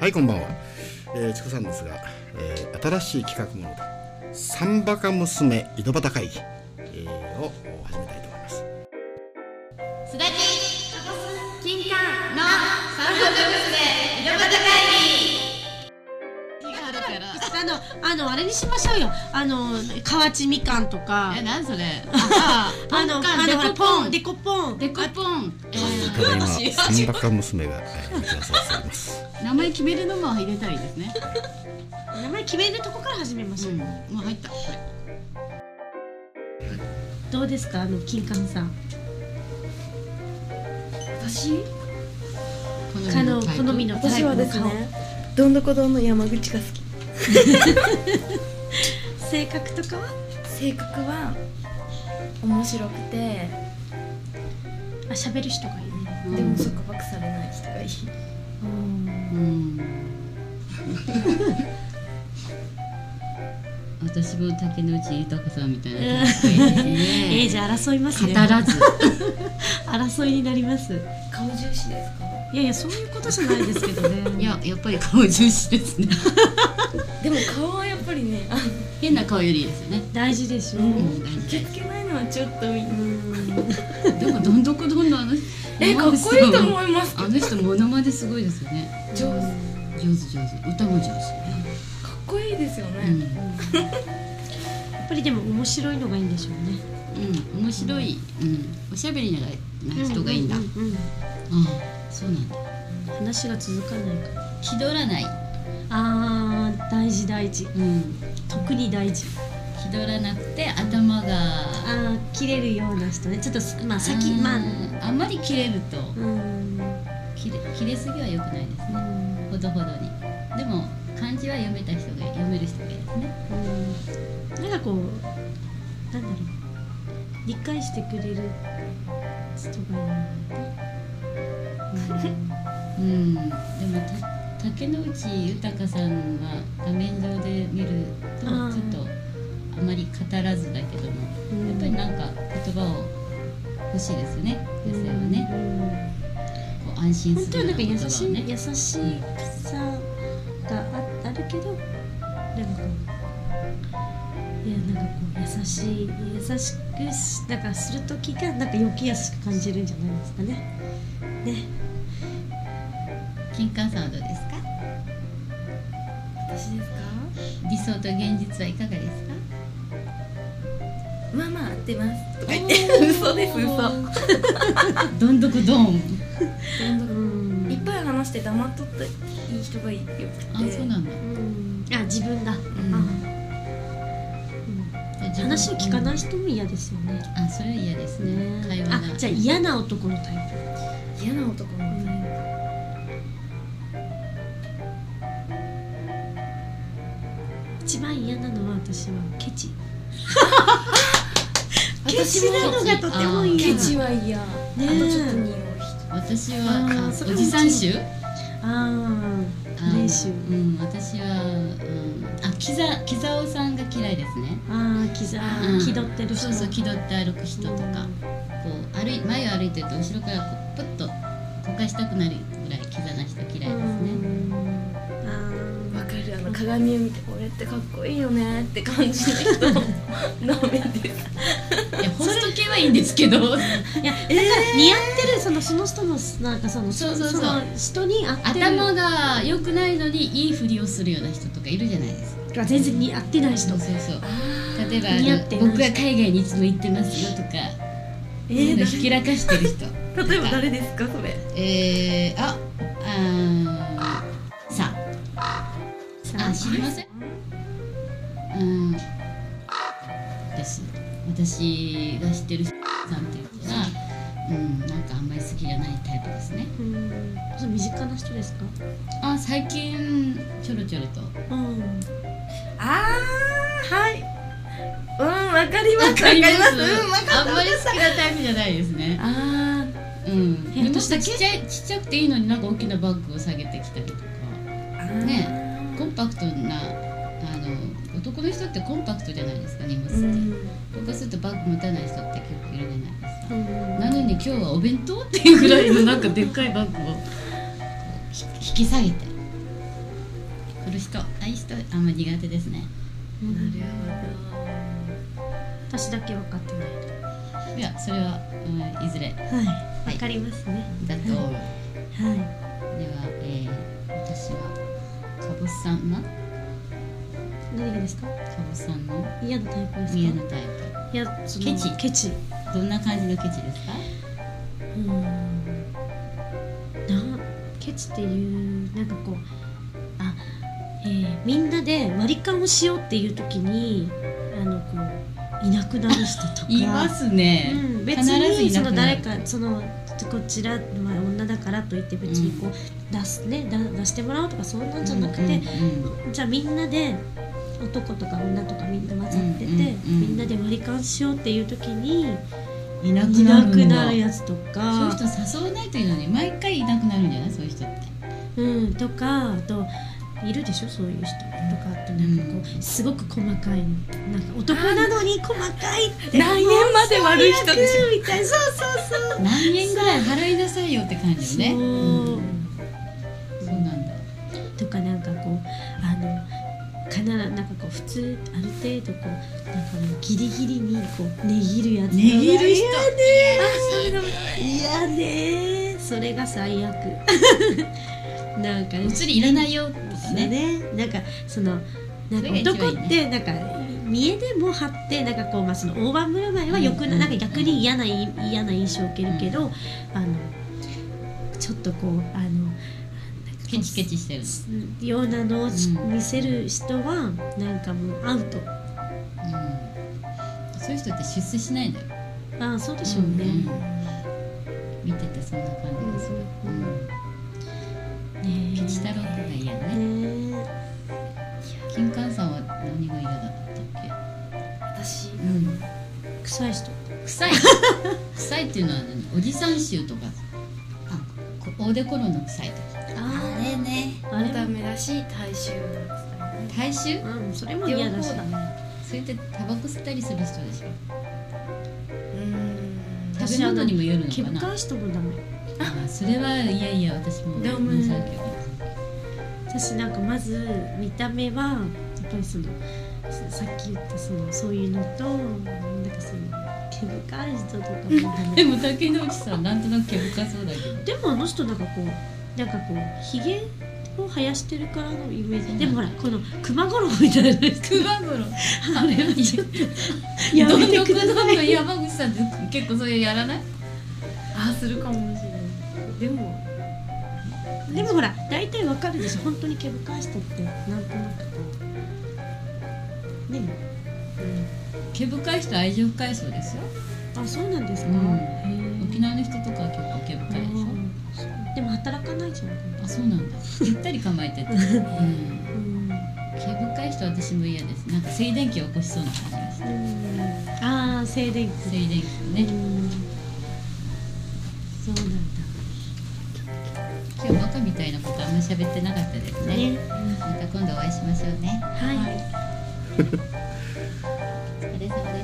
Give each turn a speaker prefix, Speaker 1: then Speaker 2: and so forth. Speaker 1: はいこんばんは、えー、チコさんですが、えー新しい企画もので「サンバカ娘井戸端会議」えーを始めたいと思います
Speaker 2: すだち金管の三角娘井戸端会議
Speaker 3: あの、あの、あれにしましょうよ。あの、河内みかんとか。
Speaker 2: え、なんそれあ
Speaker 3: あの、あの、ほらポン、デ
Speaker 2: デ
Speaker 3: コポン。
Speaker 2: コポンえ
Speaker 1: ただ今
Speaker 3: 私
Speaker 1: サンバカ娘が、えー、放送されます
Speaker 2: ー名前決めるのも入れたいですね
Speaker 3: 名前決めるとこから始めましょう。
Speaker 2: うん、もう入ったこれ
Speaker 3: どうですか、あの、金柑さん。
Speaker 2: 私
Speaker 3: かの、好みのタイプ
Speaker 4: 私
Speaker 3: の
Speaker 4: はですねどんどこどんの山口が好き
Speaker 3: 顔。性格とかは。
Speaker 4: 性格は面白くて
Speaker 3: あ、喋る人がいいね。
Speaker 2: うん
Speaker 4: でも束縛されない人がいい
Speaker 2: うん私も竹野内豊さんみたいな感じがいいです
Speaker 3: え
Speaker 2: ね
Speaker 3: ー、じゃあ、争いますね。
Speaker 2: 語らず
Speaker 3: 争いになります。
Speaker 4: 顔重視ですか
Speaker 3: いやいや、そういうことじゃないですけど ね。
Speaker 2: いや、やっぱり顔重視ですね。
Speaker 4: でも顔はやっぱりねあ
Speaker 2: 変な顔よりいいですよね。
Speaker 3: 大事でしょ
Speaker 4: う
Speaker 2: うん、大
Speaker 4: 受け
Speaker 2: 事。
Speaker 4: 付けないのはちょっとみんな
Speaker 2: でも、どんどこどんどんあの。
Speaker 4: えかっこいいと思います
Speaker 2: あの人、モノマネすごいですよね。
Speaker 4: 上手
Speaker 2: 上手上手、歌も上手。
Speaker 4: かっこいいですよ
Speaker 2: う
Speaker 4: ね、
Speaker 2: ん、
Speaker 3: やっぱりでも、面白いのがいいんでしょうね。
Speaker 2: うん、面白い、うん、おしゃべりなな人がいいんだ。
Speaker 3: う
Speaker 2: あ
Speaker 3: んうん
Speaker 2: あ、そうなんだ。
Speaker 3: うん話が続かないから。
Speaker 2: 気取らない。
Speaker 3: あー、大事大事。
Speaker 2: うん、
Speaker 3: 特に大事。
Speaker 2: 気取らなくて、頭が。
Speaker 3: あー切れるような人ねちょっとすまあ先
Speaker 2: うん
Speaker 3: まあ
Speaker 2: あんまり切れると、
Speaker 3: うんうん
Speaker 2: 切れ、切れすぎは良くないですね。ほどほどに。でも、漢字は読めた人が、読める人がいいですね。
Speaker 3: なんかこうなんだろう理解してくれる人がいない、
Speaker 2: うん、でもた竹野内豊さんは画面上で見るとち
Speaker 3: あ
Speaker 2: ょ
Speaker 3: ー
Speaker 2: っとあまり語らずだけどもや
Speaker 3: うん
Speaker 2: っぱりなんか言葉を欲しいですよね女性はね、
Speaker 3: ね
Speaker 2: こう安心
Speaker 3: 本
Speaker 2: す
Speaker 3: 当は
Speaker 2: る
Speaker 3: な
Speaker 2: よ
Speaker 3: ん
Speaker 2: うな言
Speaker 3: か優
Speaker 2: 葉
Speaker 3: し
Speaker 2: を
Speaker 3: い、
Speaker 2: ね
Speaker 3: 優しさがああるけどなんかいやなんかこう優しい優しくしなんかする時がなんかよきやすく感じるんじゃないですかねね
Speaker 2: 金管さんはどうですか
Speaker 4: 私ですか
Speaker 2: 理想と現実はいかがですか
Speaker 4: まあまあ合ってますとか言っ
Speaker 3: お
Speaker 4: て
Speaker 3: ー
Speaker 4: 嘘です嘘
Speaker 2: どんどこどん
Speaker 3: うん
Speaker 4: いっぱい話して黙っとっていい人がいいよくて
Speaker 2: あそうなんだ、
Speaker 3: うんあ自分が、
Speaker 2: うん
Speaker 3: あ話を聞かないい人も嫌ですよね。
Speaker 2: あそれは嫌ですね
Speaker 3: ね
Speaker 2: 会話が
Speaker 3: あじゃあ嫌な男のタイ
Speaker 4: 嫌な男も
Speaker 3: プ。一番嫌なのは私はケチ。ケチなのがとても嫌。
Speaker 4: ケチは嫌あと
Speaker 3: え
Speaker 4: ちょっと匂い
Speaker 2: 私は
Speaker 3: あー
Speaker 2: あ
Speaker 3: それ
Speaker 2: お
Speaker 3: も
Speaker 2: じさん臭
Speaker 3: あ
Speaker 2: あ
Speaker 3: 練習
Speaker 2: うん、私は、うん、あ、キザ、キザオさんが嫌いですね。
Speaker 3: あああ気ざ
Speaker 2: うん
Speaker 3: 気取ってる人。
Speaker 2: そうそう、気取って歩く人とか、こう、歩い、前を歩いてると、後ろから、こう、ぷっと。こかしたくなるぐらい、キザな人嫌いですね。
Speaker 3: ね。
Speaker 4: わかるあの鏡を見て俺ってかっこいいよねって感じの人 ダメです
Speaker 2: いや、ホスト系はいいんですけど。
Speaker 3: いやなんか似合ってるそのその人のなんかその
Speaker 2: そうそうそう
Speaker 3: の人に合ってる。
Speaker 2: 頭が良くないのに、いいふりをするような人とかいるじゃないですか。
Speaker 3: が全然似合ってない人
Speaker 2: そう。そうそう。例えば
Speaker 3: 似合
Speaker 2: あ
Speaker 3: って
Speaker 2: の、
Speaker 3: ない
Speaker 2: 僕は海外にいつも行ってますよとか、
Speaker 4: え
Speaker 2: そういうの
Speaker 4: ー
Speaker 2: ひきらかしてる人。
Speaker 4: 誰例えば誰ですかそれ
Speaker 2: えー、あ、あー、さあ。あ、知りません。うん。です。私が知ってるさんっていうのは、うん、なんかあんまり好きじゃないタイプですね。
Speaker 3: うんそう身近な人ですか。
Speaker 2: あ、最近ちょろちょろと。
Speaker 3: うん。
Speaker 4: あーはいうんわかりますわかりますうんわか
Speaker 2: あんまり好きなタイプじゃないですね。
Speaker 4: あ
Speaker 2: うん。
Speaker 3: え
Speaker 2: でも
Speaker 3: 私だ
Speaker 2: ち
Speaker 3: け
Speaker 2: っちゃいちっちゃくていいのになんか大きなバッグを下げてきたりとか、
Speaker 4: ー
Speaker 2: ねコンパクトなあの男の人ってコンパクトじゃないですか荷物って。
Speaker 4: うん
Speaker 2: とかするとバッグ持たない人って結構いるじゃないですか。
Speaker 3: うん
Speaker 2: なのに今日はお弁当っていうぐらいのなんかでっかいバッグをひ引き下げてこの人ああいう人あんま苦手ですね
Speaker 3: うん
Speaker 4: なるほ
Speaker 3: 私だけ分かってない
Speaker 2: いやそれは、うん、いずれ
Speaker 3: はい、わかりますね
Speaker 2: だと思う
Speaker 3: は
Speaker 2: では、えー、私はかぼすさんのか
Speaker 3: い何がですか
Speaker 2: ぼすさんの
Speaker 3: 嫌なタイプですか
Speaker 2: 家のタイ
Speaker 3: いやその
Speaker 2: ケチ
Speaker 3: ケチ
Speaker 2: プどんな感じのケチですか
Speaker 3: うんなケチっていうなんかこうあ、えーみんなで割り勘をしようっていう時にあのこういなくなる人とか
Speaker 2: 言いますね、
Speaker 3: うん、別
Speaker 2: 必ず
Speaker 3: に
Speaker 2: い
Speaker 3: そ
Speaker 2: な
Speaker 3: の
Speaker 2: くな
Speaker 3: 誰
Speaker 2: る
Speaker 3: かそのこちら、まあ、女だからといって別にこう、出すねだ出してもらおうとかそんなんじゃなくて、
Speaker 2: うん
Speaker 3: じゃあみんなで男とか女とかみんな混ざってて、
Speaker 2: うんうんうん
Speaker 3: みんなで割り勘しようっていう時に
Speaker 2: いない
Speaker 3: なく
Speaker 2: んだ
Speaker 3: なるやつ
Speaker 2: そ
Speaker 3: と
Speaker 2: ういう
Speaker 3: か
Speaker 2: 人誘わないというのに毎回いなくなるんじゃないそういう人って
Speaker 3: うんとかあといるでしょそういう人とかあとなんかこう、すごく細かいのなんか男なのに細かいって
Speaker 4: 何円まで悪い人でしょ
Speaker 3: もう最悪みたいなそうそうそう
Speaker 2: 何円ぐらい払いなさいよって感じよね
Speaker 3: そう
Speaker 2: うんそうなんだ
Speaker 3: とかなんかこうあの必ずなんかこう普通ある程度こうなんかもうギリギリにこう値切るやつ
Speaker 2: 値切る人
Speaker 3: 嫌ねいやねそれが最悪 なんかね
Speaker 2: 移りいらないよとか
Speaker 3: そう
Speaker 2: ね
Speaker 3: ねなんかそのなんか
Speaker 2: それが一
Speaker 3: 男
Speaker 2: 番いいね
Speaker 3: ってなんか見えでも張ってなんかこうまあその大盤振る舞いはよくな,、
Speaker 2: うん
Speaker 3: なんか逆に嫌な嫌な印象を受けるけど、あのちょっとこうあの
Speaker 2: ケチケチしてるの
Speaker 3: ようなのをし
Speaker 2: うん
Speaker 3: 見せる人はなんかもうアウト
Speaker 2: うんそういう人って出世しないんだよ
Speaker 3: ああそうでしょうね、
Speaker 2: うん見ててそんな感じがするうん
Speaker 3: ねえ
Speaker 2: ケチ太郎とか嫌ね
Speaker 3: ね
Speaker 2: 金柑さんは何が嫌だったっ
Speaker 4: ど私
Speaker 2: けうん
Speaker 3: え臭い人
Speaker 2: 臭い臭いっていうのは何おじさん臭とかあこおでころの臭いとか
Speaker 3: あ
Speaker 2: れね
Speaker 3: あれ
Speaker 4: ダ
Speaker 3: も
Speaker 4: メらしい体臭なんですね
Speaker 2: 体臭
Speaker 3: うんそれも嫌だし
Speaker 4: 両
Speaker 2: それってタバコ吸ったりする人でしょ
Speaker 4: うん
Speaker 3: 私
Speaker 2: 食べ物にもよるのか
Speaker 3: 結
Speaker 2: な
Speaker 3: 果人もダメ
Speaker 2: あそれはいやいや私も
Speaker 4: どうも
Speaker 2: 申し訳ない
Speaker 3: 私なんかまず見た目はやっぱりそのそさっき言ったそのそういうのとなんかその毛深い人とかもダメ
Speaker 2: でも竹之内さんなんとなく毛深そうだけ ど
Speaker 3: でもあの人なんかこうなんかこうひげを生やしてるからのイメージでもほらこの熊五郎みたいな人
Speaker 2: 熊五郎あれはちょっと
Speaker 3: や
Speaker 2: ど
Speaker 3: めて
Speaker 2: の
Speaker 3: ください
Speaker 2: どの山口さんって結構それやらない
Speaker 4: あするかもしれないでも
Speaker 3: でもほら大体わかるでしょ本当に毛深い人ってなんとなくこうね
Speaker 2: 毛深い人愛情深いそうですよ
Speaker 3: あそうなんですか、
Speaker 2: うん
Speaker 3: へー
Speaker 2: 沖縄の人とかは結構毛深いでしょ
Speaker 3: でも働かないじゃん、
Speaker 2: あそうなんだゆったり構えてて、うん、
Speaker 3: うん
Speaker 2: 毛深い人は私も嫌ですなんか静電気を起こしそうな感じがして
Speaker 3: ああ静電
Speaker 2: 静電気ね
Speaker 3: 気うんそうな
Speaker 2: 今
Speaker 3: ん
Speaker 2: 日バカみたいなことあんまり喋ってなかったです
Speaker 3: だ
Speaker 2: ね
Speaker 3: ね
Speaker 2: また今度お会いしましょうね
Speaker 3: はい
Speaker 2: お疲れ様でした